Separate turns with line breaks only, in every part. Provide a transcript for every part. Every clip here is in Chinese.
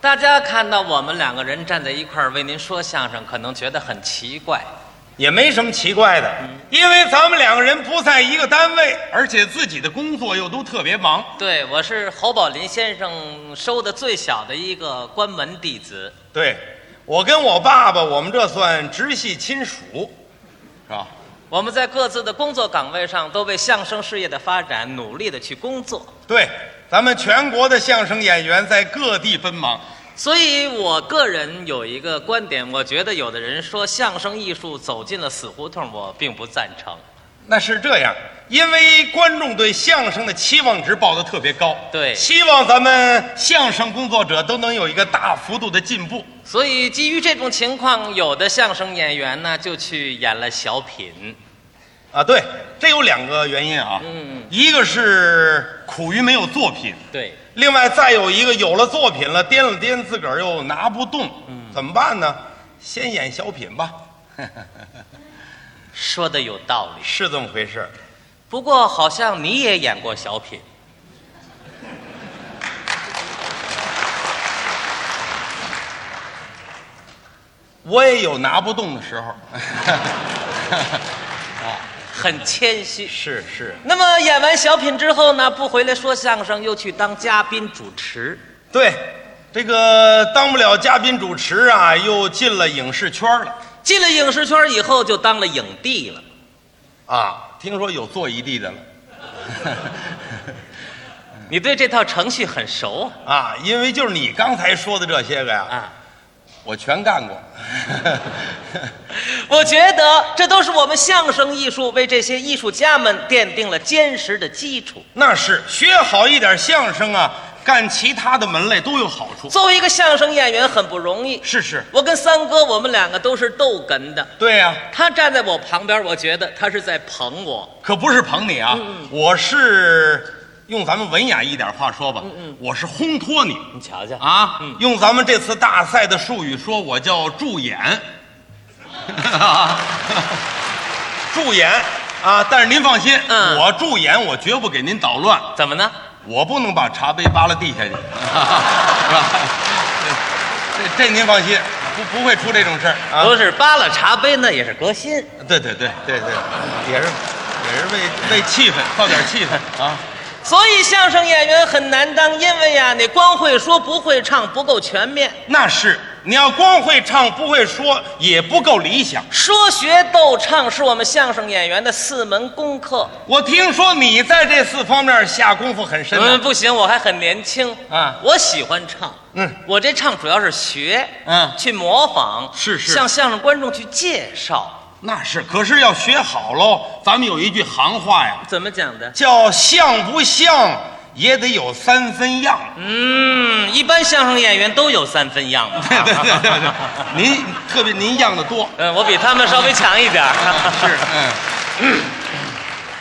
大家看到我们两个人站在一块儿为您说相声，可能觉得很奇怪。
也没什么奇怪的，因为咱们两个人不在一个单位，嗯而且自己的工作又都特别忙。
对我是侯宝林先生收的最小的一个关门弟子，
对，我跟我爸爸，我们这算直系亲属，是吧？
我们在各自的工作岗位上都为相声事业的发展努力的去工作，
对，咱们全国的相声演员在各地奔忙，
所以我个人有一个观点，我觉得有的人说相声艺术走进了死胡同，我并不赞成。
那是这样，因为观众对相声的期望值报的特别高，
对
希望咱们相声工作者都能有一个大幅度的进步。
所以基于这种情况，有的相声演员呢就去演了小品，
啊，对，这有两个原因啊，
嗯，
一个是苦于没有作品，
对，
另外再有一个有了作品了，掂了掂自个儿又拿不动，怎么办呢？先演小品吧，
说的有道理。
是这么回事。
不过好像你也演过小品，
我也有拿不动的时候，
很谦虚。
是是，
那么演完小品之后呢，不回来说相声，又去当嘉宾主持。
对，这个当不了嘉宾主持啊，又进了影视圈了
进了影视圈以后，就当了影帝了。
啊，听说有做一地的了
你对这套程序很熟
啊，因为就是你刚才说的这些个呀，
啊？
我全干过。
我觉得这都是我们相声艺术为这些艺术家们奠定了坚实的基础。
那是学好一点相声啊，干其他的门类都有好处。
作为一个相声演员，很不容易。
是是，
我跟三哥，我们两个都是逗哏的。
对呀、
他站在我旁边，我觉得他是在捧我。
可不是捧你啊，我是用咱们文雅一点话说吧，我是烘托你
你瞧瞧，
啊，用咱们这次大赛的术语说，我叫助演， 助演啊。但是您放心，
嗯
我助演，我绝不给您捣乱，
怎么呢？
我不能把茶杯扒拉地下去，是 吧？这这您放心，不不会出这种事儿啊。
不是扒拉茶杯，那也是革新。
对对对对对，也是也是为为气氛靠点气氛啊。
所以相声演员很难当，因为呀，你光会说不会唱，不够全面。
那是，你要光会唱不会说也不够理想。
说学逗唱是我们相声演员的四门功课。
我听说你在这四方面下功夫很深
嗯，
呢。
不行，我还很年轻
啊
我喜欢唱，
嗯，
我这唱主要是学，
嗯
去模仿，
是是
向相声观众去介绍，
那是，可是要学好喽。咱们有一句行话呀，
怎么讲的？
叫像不像也得有三分样。
嗯，一般相声演员都有三分样嘛。
对对对对， 您特别您样的多。
嗯，我比他们稍微强一点儿。
是，嗯，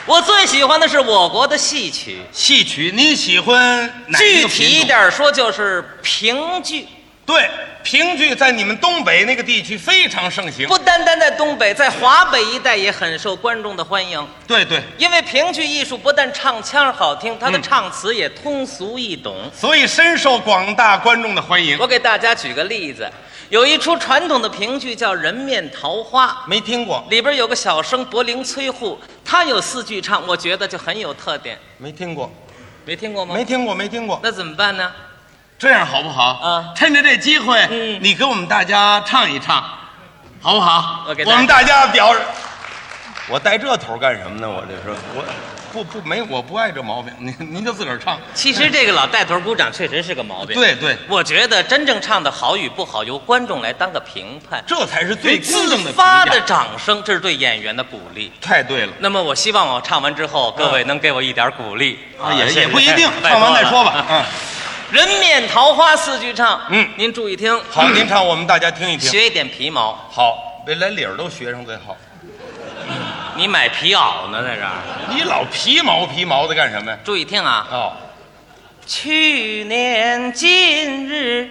我最喜欢的是我国的戏曲，
戏曲您喜欢哪一
具
个
体一
品种？
点儿说就是评剧，
对，评剧在你们东北那个地区非常盛行。
不单单在东北，在华北一带也很受观众的欢迎。
对对，
因为评剧艺术不但唱腔好听，它的
嗯
唱词也通俗易懂。
所以深受广大观众的欢迎。
我给大家举个例子，有一出传统的评剧叫《人面桃花
没听过》，，
里边有个小生柏林崔护，他有四句唱，我觉得就很有特点。
没听过，
没听过吗？
没。听过，没听过。
那怎么办呢？
这样好不好？
啊
趁着这机会，
嗯
你给我们大家唱一唱，好不好？
我给大家
我们大家表示，我带这头干什么呢？我这是我不不没我不爱这毛病，您您就自个儿唱。
其实这个老带头鼓掌确实是个毛病。，
对对，
我觉得真正唱的好与不好，由观众来当个评判。
这才是最公
自
正的
发
评
的
价。
掌声，这是对演员的鼓励。
太对了
那么我希望我唱完之后，各位能给我一点鼓励
啊，也
谢谢
也不一定，
哎拜
唱
托
完再
了
说吧。嗯，
人面桃花四句唱，
嗯
您注意听，
好，您唱，我们大家听一听。
学一点皮毛。
好，别连理儿都学上最好。
你买皮袄呢，在这儿？
你老皮毛皮毛的干什么呀？
注意听啊！
哦，
去年今日，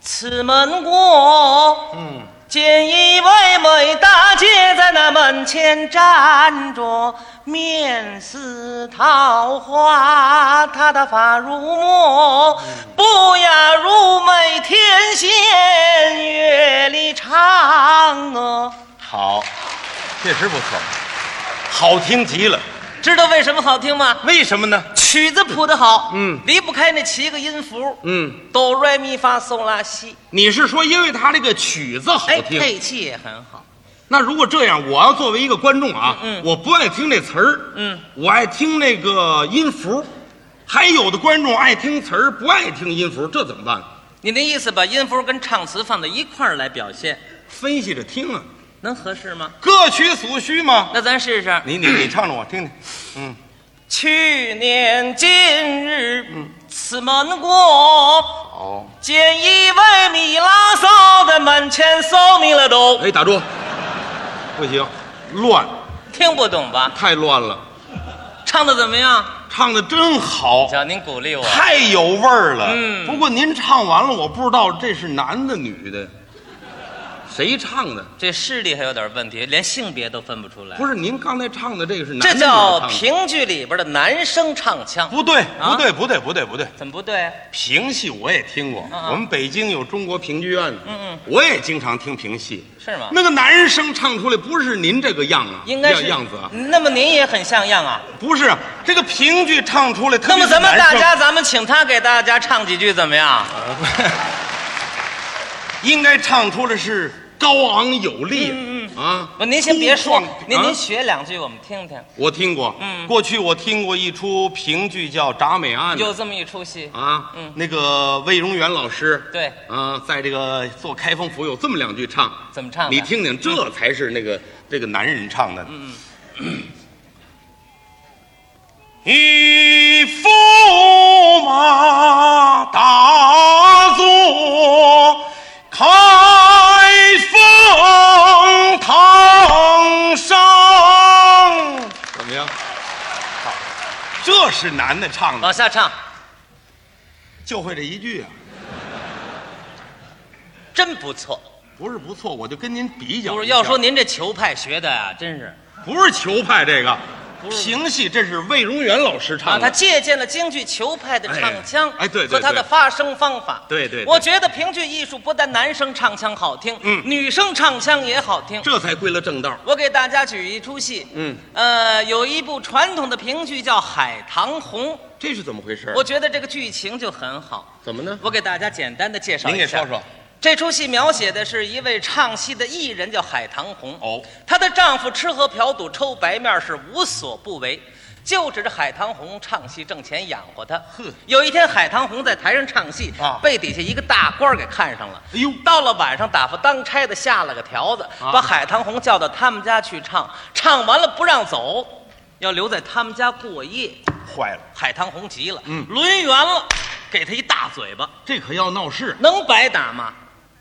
此门我
嗯，
见一位美大姐在那门前站着，面似桃花，她的发如墨，不雅如美，天啊
好，确实不错，好听极了。
知道为什么好听吗？
为什么呢？
曲子谱得好，
嗯
离不开那七个音符，
嗯，
哆来咪发嗦拉西，
你是说因为他这个曲子好
哎，
听？
配器也很好。
那如果这样，我要作为一个观众啊，
嗯
我不爱听这词儿，
嗯，
我爱听那个音符。还有的观众爱听词儿，不爱听音符，这怎么办？
你那意思把音符跟唱词放在一块儿来表现，
分析着听啊，
能合适吗？
各取所需嘛。
那咱试试。
你你你唱唱我听听，嗯，
去年今日，此门过，
好。
见一位米拉骚的门前骚迷了都，
哎，打住！不行，乱，
听不懂吧？
太乱了。
唱的怎么样？
唱的真好，
叫您鼓励我。
太有味儿了。
嗯
不过您唱完了，我不知道这是男的女的，谁唱的？
这视力还有点问题，连性别都分不出来。
不是您刚才唱的这个是男
这
的女的唱
叫
的
评剧里边的男生唱腔，
不对，
啊
不对，不对，不对，不对。
怎么不对啊？
评戏我也听过，
啊
我们北京有中国评剧院，
嗯嗯，
我也经常听评戏。
是吗？
那个男生唱出来不是您这个样啊，
应该是
样样子啊，
那么您也很像样啊。
不是这个评剧唱出来特
那么
别是
咱们
男
大
生
家，咱们请他给大家唱几句怎么样？
应该唱出的是高昂有力，
嗯
啊！
不，您先别说
冲撞，
您您
啊
学两句我们听听。
我听过，
嗯
过去我听过一出评剧叫《铡美案》，
有这么一出戏，
啊，
嗯
那个魏荣元老师，
对
啊，在这个做开封府有这么两句唱，
怎么唱的
你听听，这才是那个、这个男人唱的。嗯 一驸马打坐开封堂上，怎么样？好，这是男的唱的。
往啊下唱，
就会这一句啊，
真不错。
不是不错，我就跟您比较一下。
不是，要说您这球派学的呀、真是
不是球派这个，
不是
评戏这是魏荣元老师
啊，
唱的。
他借鉴了京剧球派的唱腔，
哎哎对对
和他的
对
发声方法。
对对对
我觉得评剧艺术不但男生唱腔好听，
嗯
女生唱腔也好听。
这才归了正道。
我给大家举一出戏，
嗯，
呃，有一部传统的评剧叫《海棠红》，
这是怎么回事？
我觉得这个剧情就很好。
怎么呢？
我给大家简单的介绍一
您
下，
给说说。
这出戏描写的是一位唱戏的艺人，叫海棠红。
哦
她的丈夫吃喝嫖赌抽白面是无所不为，就指着海棠红唱戏挣钱养活她。
呵
有一天海棠红在台上唱戏，
啊
被底下一个大官儿给看上了。
哎呦
到了晚上，打发当差的下了个条子，
啊
把海棠红叫到他们家去唱，唱完了不让走，要留在他们家过夜。
坏了，
海棠红急了，
嗯
抡圆了，给他一大嘴巴。
这可要闹事。
能白打吗？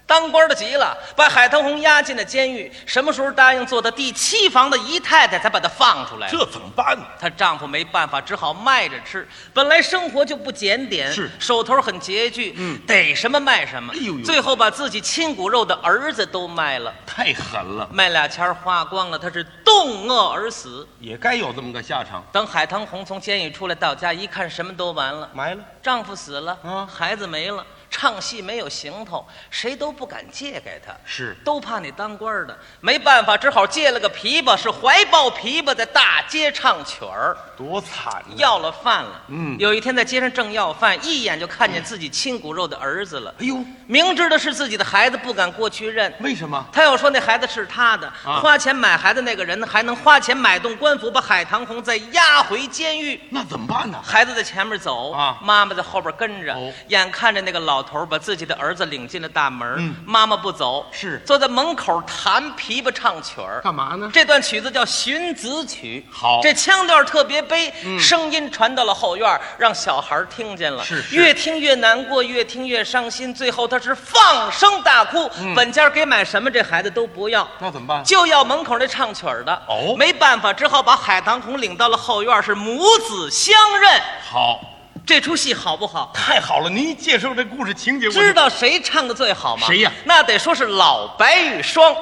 当官的急了，把海棠红押进了监狱。什么时候答应做的第七房的姨太太，才把她放出来。
这怎么办呢？
她丈夫没办法，只好卖着吃。本来生活就不检点，
是
手头很拮据，
嗯
逮什么卖什么。
哎呦呦
最后把自己亲骨肉的儿子都卖了，
太狠了，
卖俩钱儿花光了，她是冻饿而死。
也该有这么个下场。
等海棠红从监狱出来到家，一看什么都完了，
埋了，
丈夫死了，
啊
孩子没了，唱戏没有行头，谁都不敢借给她。
是
都怕你当官的，没办法，只好借了个琵琶，是怀抱琵琶在大街唱曲儿，
多惨啊呀！
要了饭了。
嗯
有一天在街上正要饭，一眼就看见自己亲骨肉的儿子了。
哎呦，
明知道是自己的孩子，不敢过去认。
为什么？
他要说那孩子是他的，
啊
花钱买孩子那个人还能花钱买栋官府，把海棠红再押回监狱。
那怎么办呢？
孩子在前面走，
啊
妈妈在后边跟着，
哦
眼看着那个老头儿把自己的儿子领进了大门，
嗯
妈妈不走，
是
坐在门口弹琵琶唱曲儿。
干嘛呢？
这段曲子叫《寻子曲》，
好
这腔调特别悲，
嗯
声音传到了后院儿，让小孩儿听见了，
是是
越听越难过，越听越伤心，最后他是放声大哭。
嗯
本家给买什么，这孩子都不要，
那怎么办？
就要门口那唱曲儿的。
哦
没办法，只好把海棠红领到了后院儿，是母子相认。
好，
这出戏好不好？
太好了！您一介绍这故事情节，我就
知道谁唱的最好吗？
谁呀
那得说是老白玉霜，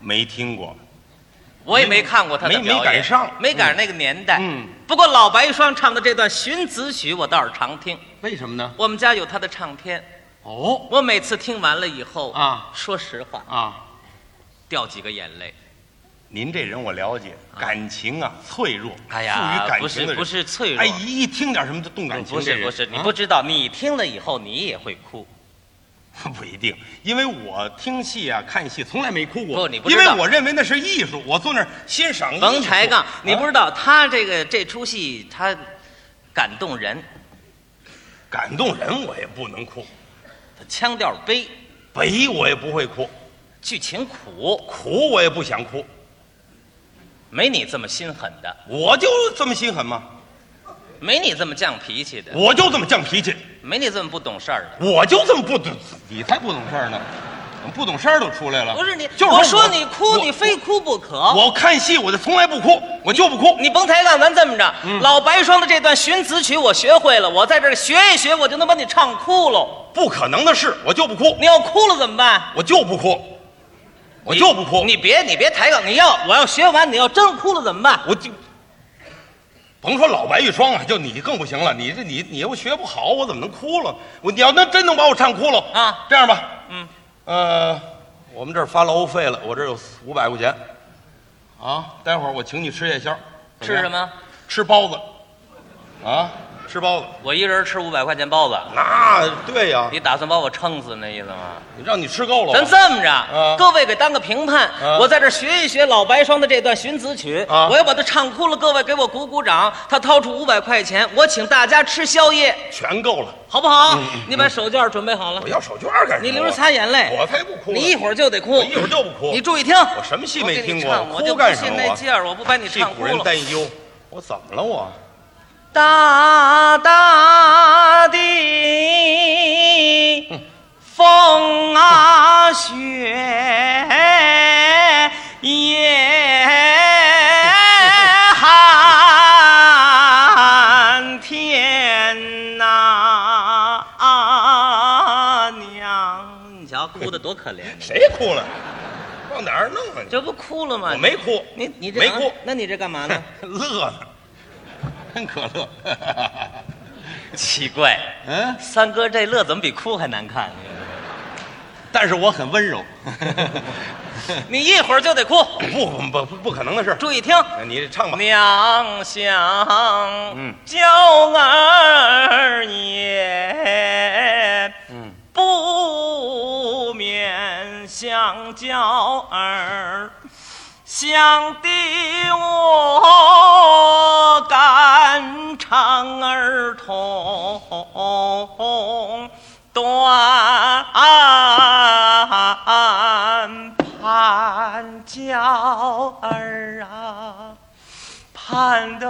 没听过？
我也没看过他的
嗯没
表演
没赶上
没赶上那个年代。
嗯，
不过老白玉霜唱的这段《寻子曲》，我倒是常听。
为什么呢？
我们家有他的唱片，
哦
我每次听完了以后
啊
说实话
啊，
掉几个眼泪。
您这人我了解，感情啊脆弱，
哎
富
呀
于，感
不是
情的人
不是脆弱，
哎，一一听点什么就动感情
不
这人，
是不是，你
啊
不知道，你听了以后你也会哭。
不一定，因为我听戏啊、看戏从来没哭过。
不你不知
因
道
为我认为那是艺术，我坐那儿欣赏艺术。啊
甭抬杠，你不
是
知道他这个这出戏他感动人，
感动人，我也不能哭，
他腔调悲，
悲我也不会哭，
剧情苦，
苦我也不想哭，
没你这么心狠的，
我就这么心狠吗？
没你这么犟脾气的，
我就这么犟脾气，
没你这么不懂事儿的。
我就这么不懂，你才不懂事儿呢，怎么不懂事儿都出来了？
不是你，
就是
我说你
我
哭，你非哭不可。
我看戏我就从来不哭，我就不哭。
你甭抬杠，咱这么着，
嗯
老白霜的这段寻子曲我学会了，我在这儿学一学，我就能把你唱哭喽。
不可能的事，我就不哭，
你要哭了怎么办？
我就不哭，我就不哭。
你别你别抬杠，你要我要学完，你要真哭了怎么办？
我就甭说老白玉霜啊，就你更不行了。你这你你又学不好，我怎么能哭了？我你要能真能把我唱哭了
啊？
这样吧，
嗯，
呃，我们这儿发劳务费了，我这儿有五百块钱。啊，待会儿我请你吃夜宵，怎
吃
样
什？么？
吃包子。啊，吃包子。
我一人吃五百块钱包子，
那对呀、
你打算把我撑死那意思吗？
让你吃够了。
咱这么着
嗯，
各位给当个评判，
嗯
我在这儿学一学老白霜的这段寻子曲，
啊
我要把它唱哭了，各位给我鼓鼓掌。他掏出五百块钱，我请大家吃宵夜，
全够了。
好不好？
嗯
你把手绢准备好了
我，要手绢干什么？
你流着擦眼泪，
我才不哭呢。
你一会儿就得哭
我，一会儿就不哭。
你注意听。
我
我
什么戏没听过？
给你唱我就
哭
不
干什
信
么？
那
我
劲儿，我不把你
替
唱
古
哭
人
了。
担忧。我怎么了我？
大大的风啊雪也寒天呐、娘，你瞧哭的多可怜，
谁哭了？往哪儿弄啊你？
这不哭了吗？
我没哭，
你你这
没哭，
那你这干嘛呢？
乐呢，真可乐。
奇怪，
嗯，
三哥这乐怎么比哭还难看？
但是我很温柔。
你一会儿就得哭，
不不不不可能的事。
注意听。
那你唱吧。
娘想
嗯
教儿也，
嗯，
不免想教儿，想的我肝肠儿痛，断盼教儿啊。盼得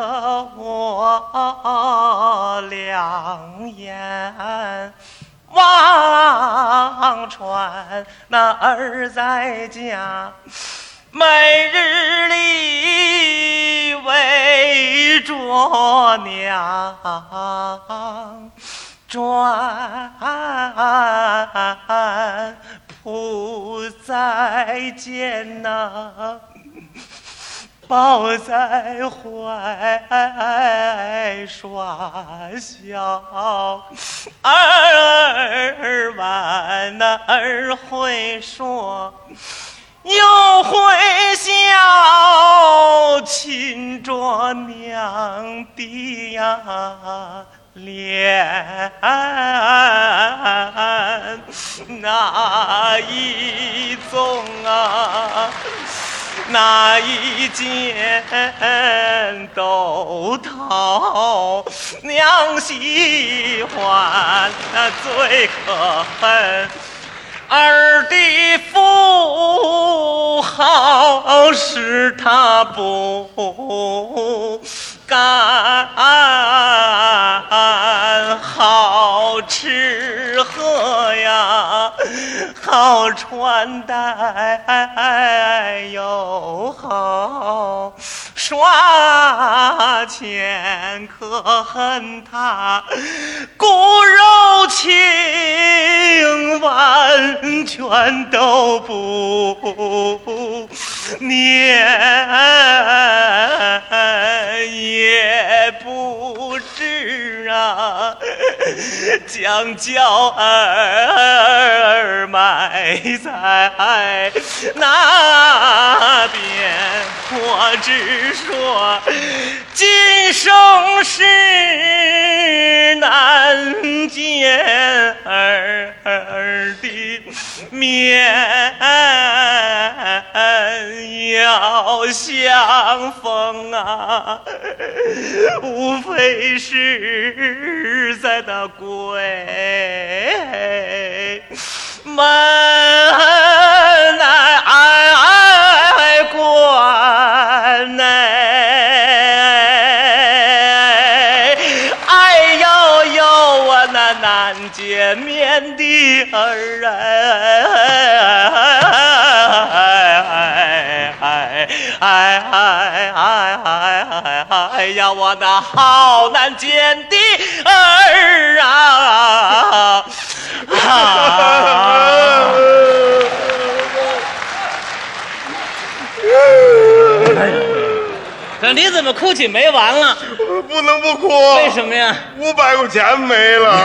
我两眼望穿，那儿在家，每日里围着娘转，不再见呐、抱在怀耍笑，儿晚那儿会说，又会笑，亲着娘的呀脸，哪一种啊？那一间都讨娘喜欢，那最可恨。儿的富豪使他不干，好吃喝呀，好穿戴又好耍钱，可恨他骨肉情完全都不念，也不知啊，将娇儿们埋在那边。我只说今生是难见儿的面，要相逢啊，无非是在那鬼门关关内，哎呦呦，我那难见面的儿哎哎哎哎哎哎哎哎哎呀，我那好难见的儿啊！啊可你怎么哭起没完了？
不能不哭。
为什么呀？
五百块钱没了，